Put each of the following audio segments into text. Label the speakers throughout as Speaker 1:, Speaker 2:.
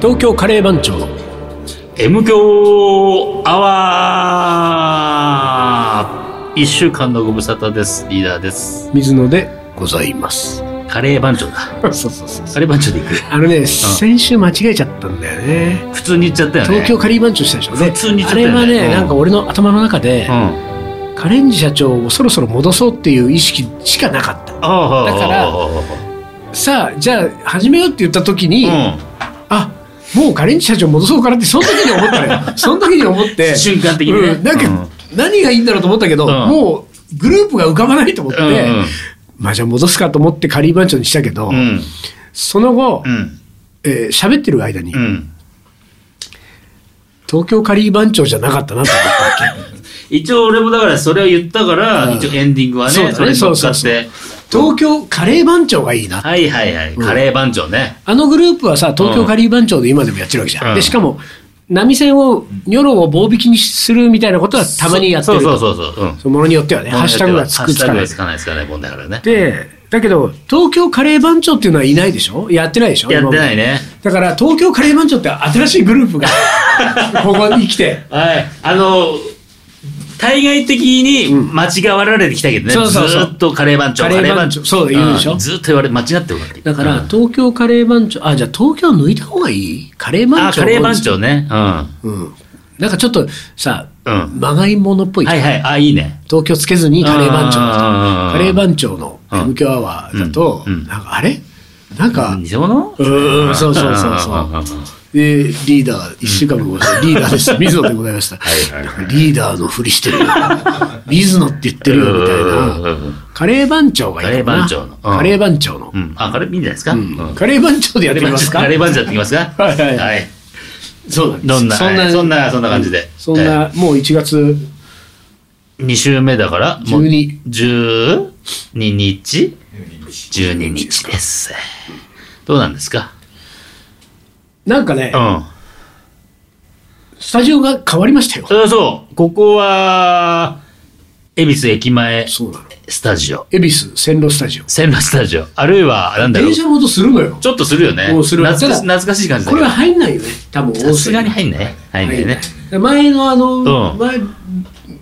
Speaker 1: 東京カレー番長
Speaker 2: M 強アワー一週間のご無沙汰です。リーダーです。
Speaker 1: 水野でございます
Speaker 2: カレー番長だ。
Speaker 1: そうそうそう
Speaker 2: カレー番長で行く。
Speaker 1: あのね、先週間違えちゃったんだよね
Speaker 2: 普通に言っちゃったよね。
Speaker 1: 東京カレー番長したでしょね
Speaker 2: 普通に言っ
Speaker 1: あ
Speaker 2: ちゃった
Speaker 1: れ
Speaker 2: よね
Speaker 1: はね、
Speaker 2: うん
Speaker 1: なんか俺の頭の中で、
Speaker 2: うん。
Speaker 1: カレンジ社長をそろそろ戻そうっていう意識しかなかった
Speaker 2: ああ、
Speaker 1: だからさあじゃあ始めようって言った時に、
Speaker 2: う
Speaker 1: あもうカレンジ社長戻そうかなってその時に思った のよその時に思って
Speaker 2: ん。瞬間的にね。
Speaker 1: うん、なんか、
Speaker 2: うん
Speaker 1: 何がいいんだろうと思ったけど、
Speaker 2: うん
Speaker 1: もうグループが浮かばないと思って、
Speaker 2: うんうん
Speaker 1: まあじゃあ戻すかと思ってカリー番長にしたけど、
Speaker 2: うん。
Speaker 1: その後、
Speaker 2: うん。
Speaker 1: えー喋ってる間に、
Speaker 2: うん。
Speaker 1: 東京カリー番長じゃなかったなと思った わけ。
Speaker 2: 一応俺もだからそれを言ったから、
Speaker 1: うん
Speaker 2: 一応エンディングはね、
Speaker 1: そうだね
Speaker 2: それに乗っかっ
Speaker 1: そうそう
Speaker 2: て。
Speaker 1: 東京カレー番長がいいな。
Speaker 2: はいはいはい。カレー番長ね。
Speaker 1: あのグループはさ、東京カリー番長で今でもやってるわけじゃん。
Speaker 2: うん
Speaker 1: で、しかも、波線を、ニョロを棒引きにするみたいなことはたまにやってると。
Speaker 2: そうそうそうそう。うん。
Speaker 1: そうものによってはね、ハッシュタグがつ
Speaker 2: ハ
Speaker 1: く
Speaker 2: ッシ
Speaker 1: つ
Speaker 2: ュ
Speaker 1: か
Speaker 2: タグ
Speaker 1: な
Speaker 2: が
Speaker 1: い
Speaker 2: つ。かないですからね、問題だからね。
Speaker 1: で、だけど、東京カレー番長っていうのはいないでしょやってないでしょ
Speaker 2: やって
Speaker 1: 今ま
Speaker 2: な
Speaker 1: で
Speaker 2: いね。
Speaker 1: だから、東京カレー番長って新しいグルー プが、ここに来て。
Speaker 2: はい。あの、対外的に間違わられてきたけどね。
Speaker 1: そうそうそう
Speaker 2: ずーっとカレー番長、
Speaker 1: カレー番長そうだ言うでしょ
Speaker 2: んずーっと言われ、間違ってるわけ。
Speaker 1: だから、
Speaker 2: うん
Speaker 1: 東京カレー番長、あ、じゃあ東京抜いた方がいいカレー番
Speaker 2: あ、
Speaker 1: 長。
Speaker 2: カレー番長ね。うん。は
Speaker 1: うん。なんかちょっとさ、
Speaker 2: うん
Speaker 1: まがいものっぽい、
Speaker 2: いはい。あ、いいね。
Speaker 1: 東京つけずにカレー番長
Speaker 2: うんうんうんうん
Speaker 1: カレー番長の
Speaker 2: うん
Speaker 1: MQ アワーだと、
Speaker 2: うんうん
Speaker 1: なんかあれなんか、
Speaker 2: 偽物
Speaker 1: うーんそうそうそうそうん
Speaker 2: んんん
Speaker 1: えーリーダー、一週間後ございます。リーダーです。水野でございました。
Speaker 2: はいはい
Speaker 1: なんかリーダーのふりしてるよ。水野って言ってるよ、みたい
Speaker 2: うんうんう。
Speaker 1: なんカレー番長がいいかな
Speaker 2: カレー番長のうん
Speaker 1: カレー番長の
Speaker 2: う。ん。あ、カレーいいんじゃないですか。うん
Speaker 1: カレー番長でやってみますか
Speaker 2: カレー番長やってきますか
Speaker 1: はいはいは
Speaker 2: はい。
Speaker 1: そうなんです。
Speaker 2: どんな、
Speaker 1: そ
Speaker 2: そ
Speaker 1: ん
Speaker 2: ん
Speaker 1: な、
Speaker 2: な、そんな、そんな感じで。
Speaker 1: そんな、もう1月、
Speaker 2: 2週目だから、もう
Speaker 1: 12
Speaker 2: 12日 ?12 日です。どうなんですか
Speaker 1: なんかね
Speaker 2: う、ん。
Speaker 1: スタジオが変わりましたよ。
Speaker 2: そうそう、ここは、恵比寿駅前
Speaker 1: そうなの。
Speaker 2: スタジオ、
Speaker 1: 恵比寿線路スタジオ。
Speaker 2: 線路スタジオ、あるいは、なんだろう
Speaker 1: 電、車の音するのよ。
Speaker 2: ちょっとするよね。
Speaker 1: もうする
Speaker 2: 懐かし
Speaker 1: ただ
Speaker 2: 懐かしい感じだ
Speaker 1: こ
Speaker 2: け
Speaker 1: れ
Speaker 2: ど
Speaker 1: は。入んないよね。多分、
Speaker 2: さすがに
Speaker 1: 入
Speaker 2: 入んない入んないよね。
Speaker 1: んない。前のあの、
Speaker 2: うん
Speaker 1: 前、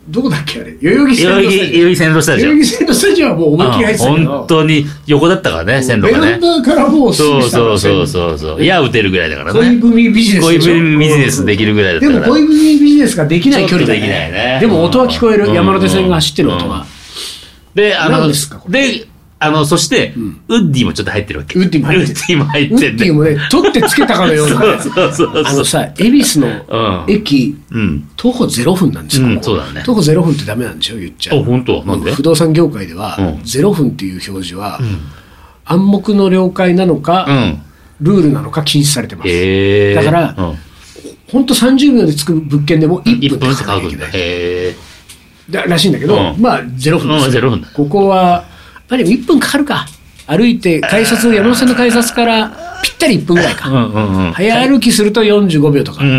Speaker 1: どこだっけあれ。代々木線
Speaker 2: 代々
Speaker 1: 路
Speaker 2: 木
Speaker 1: スタジ
Speaker 2: 代
Speaker 1: オ。
Speaker 2: 々木
Speaker 1: 代。々木線
Speaker 2: 線路スタジオ
Speaker 1: 路スタジオはもう思いっきり入ってたけ
Speaker 2: うん
Speaker 1: ど。
Speaker 2: 本当に横だったからね、線路が
Speaker 1: ベラ
Speaker 2: ね
Speaker 1: ン。ダからもうす
Speaker 2: そ
Speaker 1: ぐ
Speaker 2: う
Speaker 1: 下
Speaker 2: そ
Speaker 1: の
Speaker 2: う
Speaker 1: 線
Speaker 2: そ
Speaker 1: 路
Speaker 2: うそうそう。いや、打てるぐらいだから
Speaker 1: 恋
Speaker 2: ね。
Speaker 1: 文ビジネス
Speaker 2: 恋
Speaker 1: でしょ
Speaker 2: 文ビジネスできるぐらいだった
Speaker 1: で
Speaker 2: から。
Speaker 1: も恋文ビジネスができない距離だ
Speaker 2: ちょっとできないね
Speaker 1: でも音は聞こえる、
Speaker 2: うん
Speaker 1: 山手線が走ってる音
Speaker 2: う
Speaker 1: が
Speaker 2: ん、で、あ
Speaker 1: 何
Speaker 2: の、
Speaker 1: ですかこ
Speaker 2: で、あの、そして、ウッディもちょっと入ってるわけ。
Speaker 1: ウッディも入ってる
Speaker 2: ウッディも入って
Speaker 1: ウッディもね取ってつけたかのようなね
Speaker 2: そうそうそうそう
Speaker 1: あのさ恵比寿の
Speaker 2: うん
Speaker 1: 駅、
Speaker 2: うん。
Speaker 1: 徒歩0分なんですよ、
Speaker 2: うん
Speaker 1: ここ
Speaker 2: そうだね
Speaker 1: 徒歩0分ってダメなんでしょ言っちゃ
Speaker 2: あ、本当なんで
Speaker 1: 不動産業界では、
Speaker 2: うん
Speaker 1: 0分っていう表示は、暗黙の了解なの
Speaker 2: う
Speaker 1: か、
Speaker 2: ん。
Speaker 1: ルールなのか禁止されてます、
Speaker 2: へえ。
Speaker 1: だから
Speaker 2: うん
Speaker 1: ほんと30秒で着く物件でも1分
Speaker 2: 1
Speaker 1: で
Speaker 2: 分って
Speaker 1: 書かな
Speaker 2: 書
Speaker 1: きゃ
Speaker 2: く
Speaker 1: いけ
Speaker 2: ん
Speaker 1: な
Speaker 2: だ。
Speaker 1: い
Speaker 2: へえ。
Speaker 1: だらしいんだけど、
Speaker 2: うん
Speaker 1: まあ0分ですよ、
Speaker 2: うん0分だ
Speaker 1: ここはまあでも1分かかるか歩いて改札山手線の改札からぴったり1分ぐらいか、
Speaker 2: うんうんうん。
Speaker 1: 早歩きすると45秒と
Speaker 2: うん
Speaker 1: か
Speaker 2: うんう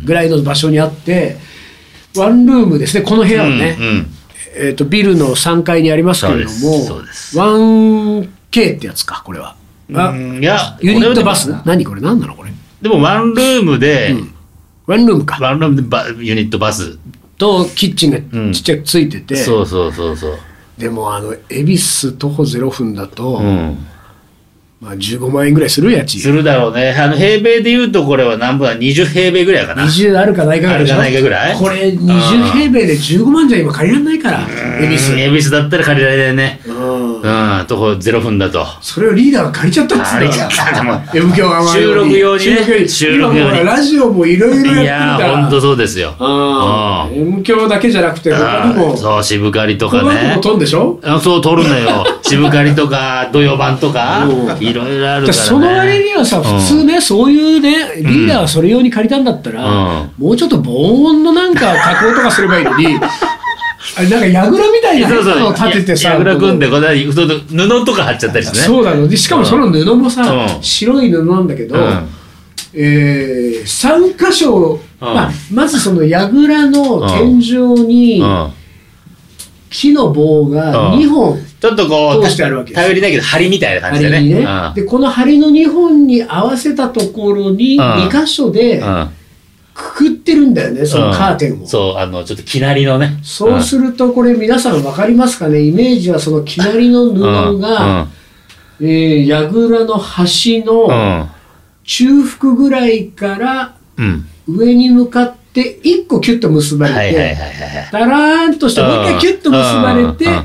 Speaker 2: ん
Speaker 1: ぐらいの場所にあってワンルームですねこの部屋
Speaker 2: う
Speaker 1: は
Speaker 2: ん。
Speaker 1: ね、
Speaker 2: うんうん。
Speaker 1: えー、とビルの3階にありますけれど
Speaker 2: そ
Speaker 1: も
Speaker 2: うですそ
Speaker 1: 1K ってやつかこれはあ
Speaker 2: うんいや、
Speaker 1: ユニットバス
Speaker 2: これは
Speaker 1: 何これ何なのこれ
Speaker 2: でも、でもワンルームで、
Speaker 1: ワンルームか
Speaker 2: ワンルームでバユニットバス。
Speaker 1: とキッチン
Speaker 2: う
Speaker 1: が
Speaker 2: ん
Speaker 1: ちっちゃくついてて、
Speaker 2: そうそうそうそう。
Speaker 1: でもあの恵比寿徒歩0分だと、
Speaker 2: うん。
Speaker 1: まあ、15万円ぐらいするや
Speaker 2: す
Speaker 1: ち。
Speaker 2: るだろうね。あの、平米で言うと、これは何分だ ?20 平米ぐらいかな。
Speaker 1: 20あるかないかぐらいでしょ
Speaker 2: あるかないかぐらい
Speaker 1: これ
Speaker 2: うん
Speaker 1: 20平米で15万じゃ今借りられないから、恵比寿。
Speaker 2: 恵比寿だったら借りられないね。
Speaker 1: うん。
Speaker 2: うん、とこ0分だと。
Speaker 1: それをリーダーが借りちゃったっつ
Speaker 2: 借りちゃった
Speaker 1: う
Speaker 2: でも
Speaker 1: の。M 響が
Speaker 2: 収録用にね
Speaker 1: 収録
Speaker 2: 収録
Speaker 1: 用
Speaker 2: 用
Speaker 1: に。
Speaker 2: に
Speaker 1: 今もラジオもいろいろや
Speaker 2: いや
Speaker 1: ってる
Speaker 2: ー、ほん
Speaker 1: か
Speaker 2: とそうですよ。
Speaker 1: ら。
Speaker 2: う
Speaker 1: うんん。M 響だけじゃなくて、他にも、
Speaker 2: そう、渋狩りと
Speaker 1: こ
Speaker 2: か
Speaker 1: の後
Speaker 2: ね
Speaker 1: も。飛んでしょ
Speaker 2: あそう、撮る のよ。渋狩りとか、土曜版とか
Speaker 1: う、ん
Speaker 2: いろいろあ
Speaker 1: だ
Speaker 2: る
Speaker 1: か
Speaker 2: かららね。
Speaker 1: その割にはさ、普通ね、そういうね、リーダーがそれ用に借りたんだった
Speaker 2: う
Speaker 1: ら
Speaker 2: ん、
Speaker 1: もうちょっと防音のなんか加工とかすればいいのに、あれなんか櫓みたいな
Speaker 2: そう
Speaker 1: の
Speaker 2: そ
Speaker 1: を
Speaker 2: う。
Speaker 1: 立ててさ、
Speaker 2: やぐら組んで、この間そう布とか貼っちゃったりしてね。
Speaker 1: そうなのでしかもその布もさ、
Speaker 2: うん
Speaker 1: 白い布なんだけど、
Speaker 2: うん
Speaker 1: えー、3箇所、
Speaker 2: うん
Speaker 1: まあ、まずその櫓の天井に
Speaker 2: うん。
Speaker 1: 木の棒が2本
Speaker 2: ちょっとこう、
Speaker 1: 通してあるわけです
Speaker 2: 頼りないけど、針みたいな感じ
Speaker 1: 針
Speaker 2: でね。
Speaker 1: にね
Speaker 2: うん。
Speaker 1: でこの針の2本に合わせたところに
Speaker 2: うん
Speaker 1: 2箇所で
Speaker 2: うん
Speaker 1: くくってるんだよねそのカーテンを。
Speaker 2: そう、あの、ちょっと、きなりのね。
Speaker 1: そうするとこれ皆さん分かりますかねイメージはそのきなりの
Speaker 2: うん
Speaker 1: 布が、えー、やぐらの端
Speaker 2: うん。
Speaker 1: の中腹ぐらいから
Speaker 2: うん。うん。
Speaker 1: 上に向かって1個キュッと結ば
Speaker 2: はいはい
Speaker 1: れ
Speaker 2: はい
Speaker 1: て
Speaker 2: はい。
Speaker 1: だらーんとしてもう一回キュッと結ばれて
Speaker 2: うんうん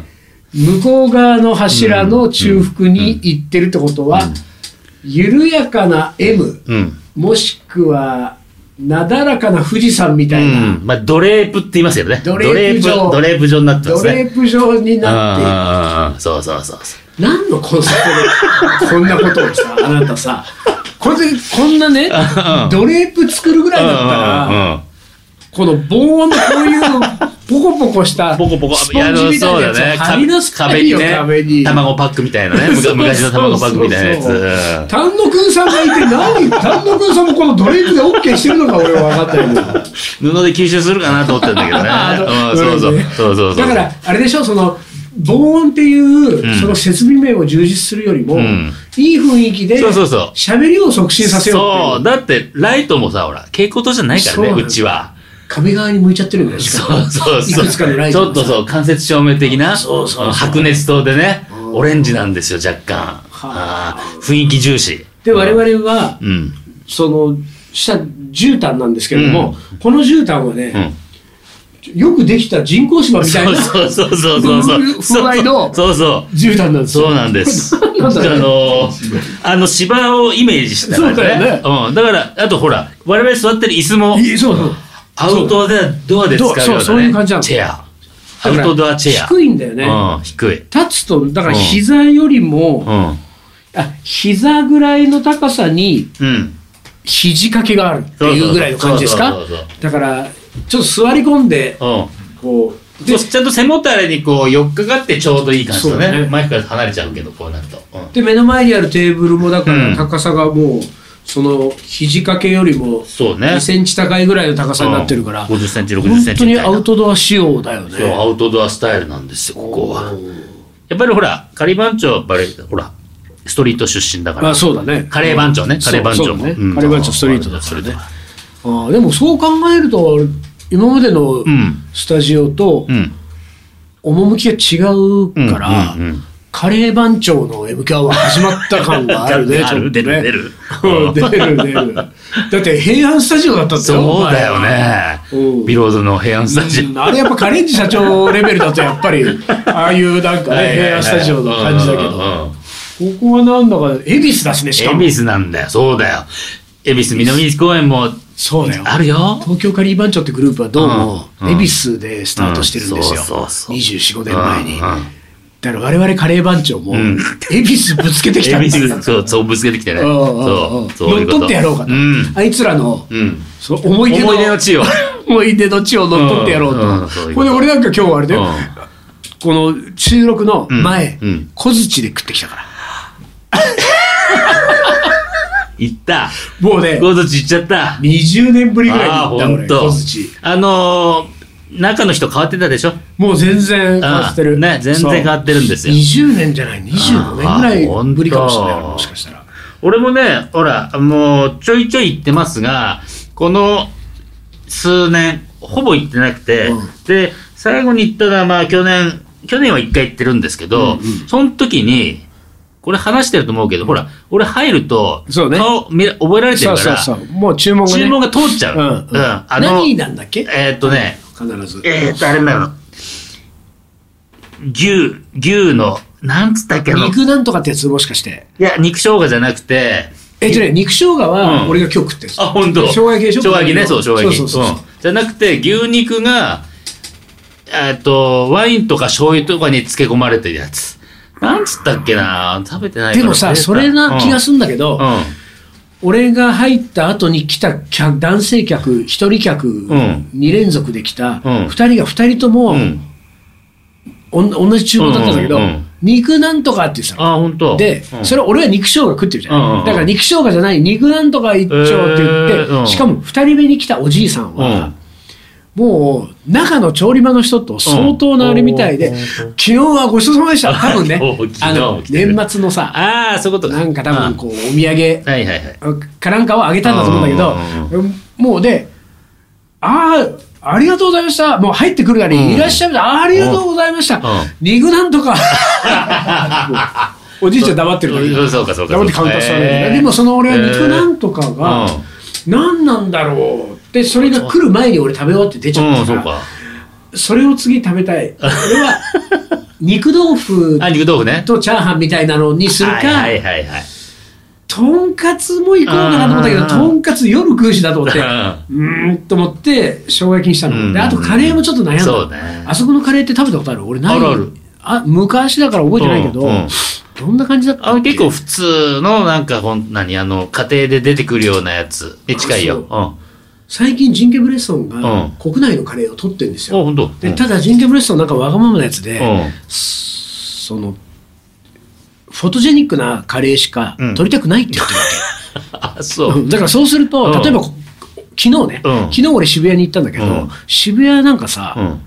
Speaker 1: 向こう側の柱の中腹に行ってるってことは緩やかな M
Speaker 2: うん。
Speaker 1: もしくはなだらかな富士山み
Speaker 2: う
Speaker 1: たいな。
Speaker 2: ん。まあ、ドレープって言いますよね。
Speaker 1: ドレープ状
Speaker 2: ドレープ状になってま
Speaker 1: ド
Speaker 2: すね。
Speaker 1: レープ状になっている
Speaker 2: ああ、そうそうそうそう。
Speaker 1: 何のコンセプト でこんなことをさあなたさこれでこんなね
Speaker 2: ん
Speaker 1: ドレープ作るぐらいだった
Speaker 2: うん
Speaker 1: ら
Speaker 2: うんうん
Speaker 1: この棒のこういうポコポコした
Speaker 2: ポコポコ、
Speaker 1: スポンジみたいなやつを貼り出す
Speaker 2: 壁にね、
Speaker 1: 壁に
Speaker 2: 卵パックみたいなね、
Speaker 1: そうそうそう
Speaker 2: 昔昔の卵パックみたいなやつ
Speaker 1: そううんそ。丹野くんさんがいて 何丹野くんさんもこのドレープで OK してるのか俺は分かったけど
Speaker 2: 布で吸収するかなと思ってんだけど ね
Speaker 1: あ。の
Speaker 2: うんそうそう
Speaker 1: ね
Speaker 2: そうそうそう。
Speaker 1: だから、あれでしょ、その、防音っていう、
Speaker 2: うん
Speaker 1: その設備面を充実するよりも、
Speaker 2: うん
Speaker 1: いい雰囲気で、
Speaker 2: そうそうそう
Speaker 1: 喋りを促進させようっていう。
Speaker 2: そう、だってライトもさ、ほら、蛍光灯じゃないから
Speaker 1: そうな
Speaker 2: ね、
Speaker 1: んだ
Speaker 2: うちは。
Speaker 1: 壁側に向いちゃってるんだよ、しか
Speaker 2: そ
Speaker 1: も
Speaker 2: うそうそう。
Speaker 1: いくつかのライ
Speaker 2: ち
Speaker 1: ト
Speaker 2: ょっとそう、間接照明的な、
Speaker 1: そうそうそう
Speaker 2: うん白熱灯でね
Speaker 1: う、ん
Speaker 2: オレンジなんですよ、若干。
Speaker 1: あ
Speaker 2: あー雰囲気重視。
Speaker 1: で、我々は、
Speaker 2: うん。
Speaker 1: その、した絨毯なんですけれども、この絨毯は
Speaker 2: う
Speaker 1: ね、
Speaker 2: ん。
Speaker 1: よくできた人工芝みたい
Speaker 2: そう
Speaker 1: な
Speaker 2: そうそうそうそうそう。
Speaker 1: 風合いの
Speaker 2: そうそう。
Speaker 1: 絨毯なんですよ。
Speaker 2: そうなんです。あ
Speaker 1: なんだろう
Speaker 2: の、あの芝をイメージした感じ
Speaker 1: そうだよね
Speaker 2: うん。だから、あとほら、我々座ってる椅子も、
Speaker 1: いそうそう。
Speaker 2: アウトドアで使うような、ね、
Speaker 1: そうそういう感じなの
Speaker 2: チェア。アウトドアチェア。
Speaker 1: 低いんだよね。
Speaker 2: うん、低い。
Speaker 1: 立つと、だから
Speaker 2: うん
Speaker 1: 膝よりも、
Speaker 2: うん。
Speaker 1: あ膝ぐらいの高さに
Speaker 2: うん。
Speaker 1: 肘掛けがあるっていうぐらいの感じですか
Speaker 2: そうそうそうそう
Speaker 1: だからちょっと座り込んで
Speaker 2: うん。
Speaker 1: こう
Speaker 2: そ
Speaker 1: で
Speaker 2: うちゃんと背もたれにこう、寄っかかってちょうどいい感じだ
Speaker 1: そう
Speaker 2: ね。
Speaker 1: だね
Speaker 2: マイクから離れちゃうけど、こうなると。うん
Speaker 1: で目の前にあるテーブルもだか
Speaker 2: うん
Speaker 1: ら高さがもうその肘掛けよりも
Speaker 2: そうね。
Speaker 1: 2センチ高いぐらいの高さになってるから
Speaker 2: うん50センチ、60
Speaker 1: 本
Speaker 2: センチ
Speaker 1: 当
Speaker 2: み
Speaker 1: に
Speaker 2: たいな。
Speaker 1: アウトドア仕様だよ
Speaker 2: そう、
Speaker 1: ね
Speaker 2: アウトドアスタイルなんですよ、ここは。やっぱりほら、カリバンチョはやっぱり、ほら、ストリート出身だから。
Speaker 1: まあそうだね
Speaker 2: カレー番長ね、カレー番長も。
Speaker 1: そうそうだね
Speaker 2: うん
Speaker 1: カレー番長ストリートだからね
Speaker 2: ストリート
Speaker 1: ああでもそう考えると今までの
Speaker 2: うん。
Speaker 1: スタジオと
Speaker 2: うん。
Speaker 1: 趣が違う
Speaker 2: うん
Speaker 1: から、
Speaker 2: うんうん
Speaker 1: カレー番長の MK は始まった感があるね、
Speaker 2: あ
Speaker 1: ちょっとね。
Speaker 2: る出る出る
Speaker 1: うん 出る出る。だって平安スタジオだったんだよ。
Speaker 2: そうだよね
Speaker 1: うん。
Speaker 2: ビロードの平安スタジ
Speaker 1: うんあれやっぱカレンジ社長レベルだとやっぱり、ああいうなん
Speaker 2: オ。
Speaker 1: かね、平安スタジオの感じだけど、
Speaker 2: うん
Speaker 1: こ
Speaker 2: うんうん
Speaker 1: こはなんだか、恵比寿だしね、しかも
Speaker 2: 恵。比寿なんだよ、そうだよ。恵比寿南公園も
Speaker 1: そうだよ。
Speaker 2: あるよ。
Speaker 1: 東京カリー番長ってグループはどうも、
Speaker 2: うんうん
Speaker 1: 恵比寿でスタートしてるんですよ。
Speaker 2: うんそうそうそう
Speaker 1: 24、5年前に。
Speaker 2: うんうん
Speaker 1: だから我々カレー番長も、
Speaker 2: ん
Speaker 1: 恵比寿ぶつけてきた
Speaker 2: 恵
Speaker 1: んで
Speaker 2: 比
Speaker 1: す
Speaker 2: 寿、そう、そうぶつけてきてね。そう、そう
Speaker 1: 乗っ
Speaker 2: いうこと
Speaker 1: 取ってやろうかと、
Speaker 2: うん。
Speaker 1: あいつらの
Speaker 2: うん。
Speaker 1: その思い出の
Speaker 2: 思い出の地を。
Speaker 1: 思い出の地を乗っ取ってやろうと、
Speaker 2: うんうんそうい
Speaker 1: こ
Speaker 2: うこ
Speaker 1: れ
Speaker 2: と
Speaker 1: で俺なんか今日はあれだよ、
Speaker 2: う
Speaker 1: この収録の前、
Speaker 2: うんうん
Speaker 1: 小槌で食ってきたから
Speaker 2: ん行った。
Speaker 1: もうね
Speaker 2: ゴードチ行っちゃった。
Speaker 1: 20年ぶりぐらいに
Speaker 2: あ
Speaker 1: 行
Speaker 2: あ、
Speaker 1: っ
Speaker 2: ほ
Speaker 1: た俺
Speaker 2: ん
Speaker 1: 小
Speaker 2: と
Speaker 1: 槌。
Speaker 2: あのー、中の人変わってたでしょ
Speaker 1: もう全然変わって
Speaker 2: う
Speaker 1: る
Speaker 2: んね全然変わってるんですよ
Speaker 1: そう20年じゃない25年ぐらいぶりかもしれない
Speaker 2: ああほ
Speaker 1: 俺
Speaker 2: んと
Speaker 1: もしかしたら
Speaker 2: 俺もね、ほら、もう、ちょいちょい行ってますが、この数年、ほぼ行ってなくて、
Speaker 1: うん
Speaker 2: で、最後に行ったのは、まあ、去年、去年は一回行ってるんですけど、
Speaker 1: うんうん
Speaker 2: その時に、これ話してると思うけど、ほら、俺入ると、
Speaker 1: そうね
Speaker 2: 顔見れ覚えられてる
Speaker 1: そ
Speaker 2: か
Speaker 1: う
Speaker 2: ら、
Speaker 1: そうそうもう注文がね
Speaker 2: 注文が通っちゃう。
Speaker 1: うん、うん
Speaker 2: あの、
Speaker 1: 何なんだっけ
Speaker 2: えーっとね、
Speaker 1: 必ず
Speaker 2: えーっと、あれなの。牛、牛の、なんつったっけの。い
Speaker 1: 肉なんとかってやつもしかして
Speaker 2: や、肉生姜じゃなくて、
Speaker 1: えっとね、肉生姜
Speaker 2: う
Speaker 1: は
Speaker 2: ん
Speaker 1: 俺が今日食ってるんですよ
Speaker 2: あ、本当。
Speaker 1: 生姜焼きでしょ
Speaker 2: 生姜焼きね、そう、生姜焼き。
Speaker 1: そうそうそうそう
Speaker 2: うんじゃなくて、牛肉が、えっと、ワインとか醤油とかに漬け込まれてるやつ。なんつったっけな食べてないから
Speaker 1: でもさ、それな気がするんだけど、
Speaker 2: る。うん。
Speaker 1: 俺が入った後に来た客男性客、一人客、
Speaker 2: ん
Speaker 1: 二連続で来た、
Speaker 2: うん
Speaker 1: 二人が二人とも、
Speaker 2: うん。
Speaker 1: おん同じ厨房だったんだけど、
Speaker 2: うんうんうん
Speaker 1: 肉なんとかって言ってたの
Speaker 2: あ、本当。
Speaker 1: で、
Speaker 2: うん
Speaker 1: それ俺は肉生姜食ってるじゃん,、
Speaker 2: うんうんうん
Speaker 1: だから肉生姜じゃない、肉なんとか一丁って言って、
Speaker 2: えーうん
Speaker 1: しかも二人目に来たおじいさんは、
Speaker 2: うん
Speaker 1: もう中の調理場の人と相当なあれみたいで、
Speaker 2: うん
Speaker 1: 昨日はごちそうさまでした多 分ね
Speaker 2: そう昨日
Speaker 1: あの
Speaker 2: 来てる
Speaker 1: 年末のさ
Speaker 2: ああ、そういうことか。
Speaker 1: なんか多分こうお土産
Speaker 2: あ。はいはいはい。
Speaker 1: かなんかをあげたんだと思うんだけど、もうで、ああ、ありがとうございました。もう入ってくるなり、
Speaker 2: うん
Speaker 1: いらっしゃいました。ありがとうございました
Speaker 2: ん。
Speaker 1: 肉なんとか。 おじいちゃん黙ってるだけ
Speaker 2: そうそうかそうか
Speaker 1: 黙ってカウンター座るんだけ
Speaker 2: へ
Speaker 1: ど
Speaker 2: ー
Speaker 1: でもその俺は肉なんとかが
Speaker 2: へー、
Speaker 1: 何なんだろうって、それが来る前に俺食べ終わって出ちゃ
Speaker 2: う
Speaker 1: っ
Speaker 2: ん、
Speaker 1: た
Speaker 2: そう
Speaker 1: から、
Speaker 2: か。
Speaker 1: それを次食べたい。俺は、肉豆腐
Speaker 2: あ、肉豆腐ね。
Speaker 1: とチャーハンみたいなのにするか
Speaker 2: は、いはいはいはい。
Speaker 1: とんかつも行こうかなと思ったけ
Speaker 2: あ
Speaker 1: ど、
Speaker 2: ー
Speaker 1: とんかつ夜食うしなと思って、 う
Speaker 2: う
Speaker 1: んーんと思って、生姜焼きにした
Speaker 2: うん
Speaker 1: の。で、あとカレーもちょっと悩んだ。
Speaker 2: そうね
Speaker 1: あそこのカレーって食べたことある俺ない
Speaker 2: あるある
Speaker 1: あ昔だから覚えてないけど、
Speaker 2: うんうん
Speaker 1: どんな感じだったっ
Speaker 2: あ
Speaker 1: け
Speaker 2: の結構普通のなんかほん何あの家庭で出てくるようなやつに近いよ。うん。あ
Speaker 1: 最近ジンケブレッソン
Speaker 2: う
Speaker 1: が
Speaker 2: ん
Speaker 1: 国内のカレーを取ってるんですよ。
Speaker 2: 本当。
Speaker 1: でただジンケブレッソンなんかわがままなやつで、
Speaker 2: うん
Speaker 1: その、フォトジェニックなカレーしか
Speaker 2: うん
Speaker 1: 取りたくないって言ってるわけ。
Speaker 2: あそう。
Speaker 1: うんだからそうすると、
Speaker 2: うん
Speaker 1: 例えばこ昨日ね、
Speaker 2: うん
Speaker 1: 昨日俺渋谷に行ったんだけど、
Speaker 2: うん
Speaker 1: 渋谷なんかさ、
Speaker 2: うん。